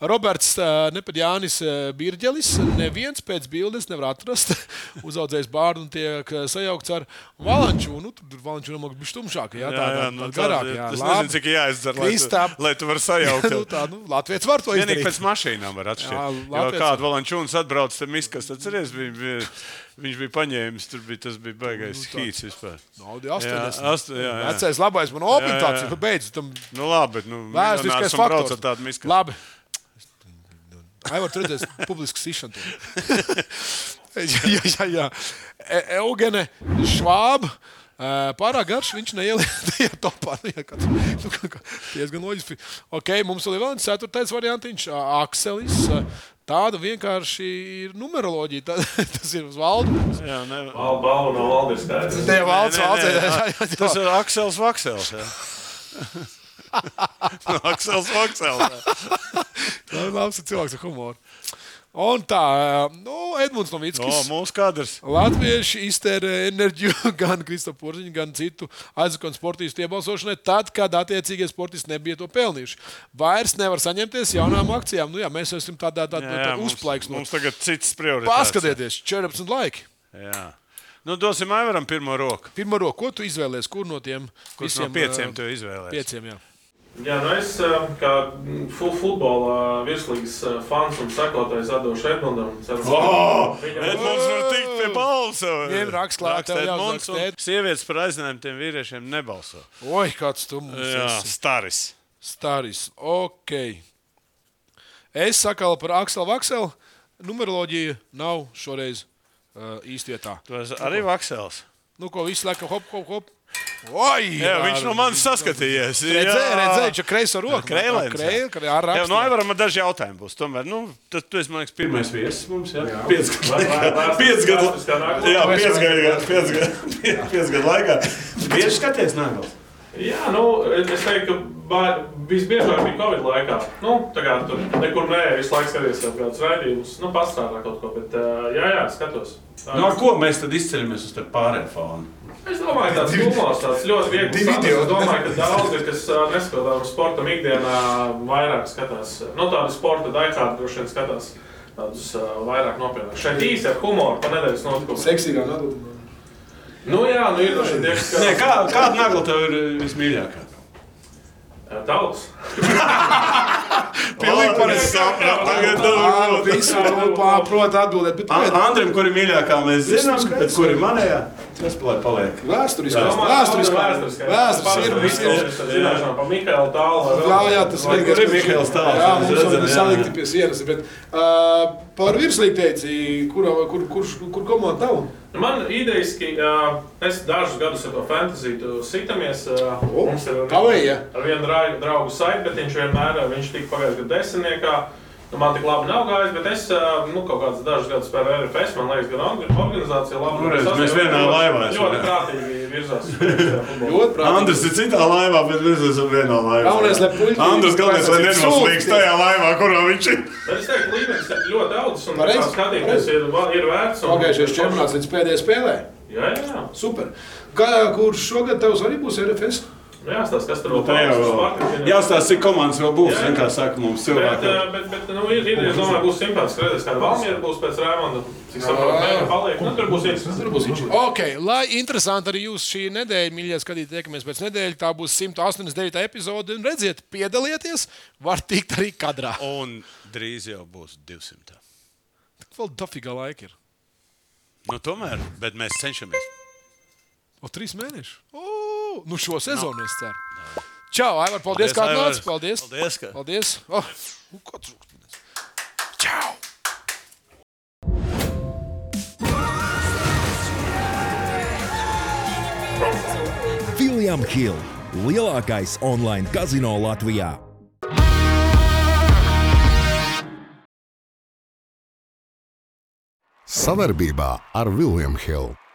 Roberts ā, ne pat Jānis ā, Birģelis. Neviens pēc bildes nevar atrast. Uzaudzējis bārdu un tiek ā, sajaukts ar valanču. Nu, tur valanču nomāk bija tumšāk. Jā, tā ir nu, nu, garāk. tāda- Jā, Es labi. nezinu, cik jāizdara, lai, Kristap. tu- lai tu varētu sajaukt. nu, tā, nu, Latvijas var to Vienīgi izdarīt. pēc mašīnām var Jā, atšķirt. Jā, Latvijas- kāda valančūnas atbrauc, tad miskas atceries, bija, bija, viņš bija paņēmis, tur bija, tas bija baigais nu, hīts vispār. Audi Jā, 80. ast, jā, jā. Vecais labais man Jā, jā, opintāts, jā. ka beidz tam Nu labi, bet nu, vēsturiskais miljonārs un brauc faktors. ar tādu miskas. Labi. Ai, var redzēt, publiski sišana. tur. jā, jā, jā. E- Eugene Švāba. eh, Pārāk garš viņš neielika tajā topā. Nu, jā, kāds- nu, kā- kā- Diezgan loģiski. Ok, mums vēl ir vēl viens ceturtais variantiņš. ā, Akselis. eh, Tāda vienkārši ir numeroloģija. Tā, tas ir uz valdu. Jā, ne, Balva bal, no valda ir skaidrs. Te valds, nē, valds. nē, jā, nē. jā, jā, jā. Tas ir Aksels Vaksels. jā. Aksels Vaksels. jā. Tā ir labs cilvēks ar humoru. Un tā, eh, nu, Edmunds Novits. O, mūsu kadrs. Latvieši iztērē enerģiju gan Kristoforiņu, gan citu aizsakonu sportistu iebalsošanai, tad, kad attiecīgie sportisti nebija to pelnījuši. Vairs nevar saņemties jaunām akcijām. Nu, jā, mēs esam tādā, tādā, tādā mums- uzplaiksnē. Mums tagad cits prioritāts. Paskatieties, 14 laiki. Jā. Nu, dosim Aivaram pirmo roku. Pirmā roka, ko tu izvēlējies, kur no tiem Kurš no pieciem tu izvēlējies? Pieciem, jā. Jā, nu es eh, kā mm, fu- futbola virslīgas eh, fans un sekotais atdošu Edmundam. Ceru, ka viņam- Edmunds var tikt pie balvas. Viņiem raksts klāt, tev Edmunds. jāuzraksta, un Ed. Sievietes par aizņemtiem vīriešiem nebalso. Oi, kāds tu mums Jā, esi. staris. Stāris. Ok. Es saku par Akselu Vakselu. Numeroloģija nav šoreiz uh, īsti vietā. Tu esi arī vaksels. Nu, ko visu laiku hop, hop, hop. Oi, jā, viņš no manis saskatījies. Redzēju, redzēju, ka kreiso roku. Kreilēns, jā. Kreilēns. Kreilēns. Jā, no Aivaram ir daži jautājumi. Būs. Tomēr, nu, tas tu esi, man liekas, pirmais viesis mums. Jā, piec gadu Vai- vai- laikā. vai- Piec gadu vai- vai- vai- jā, vai- piec gadu- piec gadu- piec gadu laikā. Bieži skaties nākotnē. Jā, nu, es teiktu, ka bā- visbiežāk bija Covid laikā. Nu, tā kā tur nekur nē, visu laiku skaties kaut kādus raidījumus, nu, pastrādā kaut ko, bet ā, jā, jā, skatos. Tā- No ko mēs tad izceļamies uz tā pārējā fona? Es domāju, ka tas filmās tāds ļoti viegli sakts. Es domāju, ka daudzi, kas ā, neskatās sportam ikdienā, vairāk skatās, ā, nu, tādu sporta daikādu droši vien skatās. Tādus uh, vairāk nopietnus. Šeit īsi ar humoru pa nedēļas notikumu. Seksīgā nodota. Nu jā, nu ir droši vien tie, kas Nē, skatās. kā, kāda nagla tev ir vismīļākā? Ā, Daudz. Pilnīgi pareizi sapratu. Tagad nu, tev ir Visi grupā prot atbildēt, bet An- pagaid, Andrim, kur ir mīļākā, mēs zinām, skaidrs. bet kur ir manējā, tas lai paliek. vēsturiski. Vēsturiski. vēsturiski. Vēsturiski. ir visiem. Zināšanām par Mikaelu tālu. Jā, jā, tas ir Kur ir Mihāls Tāls? Jā, Mēs mums redzam, ir jā, salikti jā. pie sienas. Bet, uh, par virslīgu teici, kur, kur, kur, kur komanda tev? Nu, Man idejas, ka mēs dažus gadus ar to fantāziju sitamies. ā, O, Mums ir kavēja. ar vienu dra- draugu saiti, bet viņš vienmēr ā, viņš tika pagājušajā gadā desmitniekā. Nu, man tik labi nav gājis, bet es ā, nu, kaut kādus dažus gadus pēc RFS, man liekas, gan orga- organizācija labi. Nu, redz, sasniedz, mēs vienā ļoti- laivā esam, Ļoti jā. prātīgi virzās. Ļoti prātīgi. Andris ir citā laivā, bet mēs esam vienā laivā. Galvenais, lai puļķi- Andris galvenais, lai Sūti. nenoslīgs tajā laivā, kurā viņš ir. Bet es teiktu, līmenis ir ļoti daudz, un Pareizi, tā skatīties ir, va- ir vērts. un- Pagājušajā čempionāts līdz pēdējai spēlē. Jā, jā, jā. Super. Kā, kurš šogad tevs arī būs RFS? Nu, jāstāsta, kas tur Nu, tajā plānots, vēl. Spartaki, Jāstāsta, cik komandas vēl būs, Jā. zin, kā saka mums Bet, cilvēki. eh, bet, bet nu, ir, ir, es domāju, būs simpātiski redzēt, kāda Valmiera būs pēc Raimonda. Cik saprotu, Jā. mēra paliek. Nu, tur būs interesanti. Tur būs viņš. Okay, lai interesanti arī jūs šī nedēļa, mīļie skatītāji, tiekamies pēc nedēļas. Tā būs 189. epizode. Un redziet, piedalieties, var tikt arī kadrā. Un drīz jau būs 200. Vēl dafīga laika ir. Nu, tomēr, bet mēs cenšamies. O, trīs mēneši. O, nu šo sezonu es ceru. Čau, Aivar, paldies, paldies Paldies, kā atnācis. Aivar. Paldies. Paldies, ka- Paldies. Oh, nu, ko trūkst? Čau! William Hill, lielākais online kazino Latvijā. Savarbībā ar Vilnius Hildu.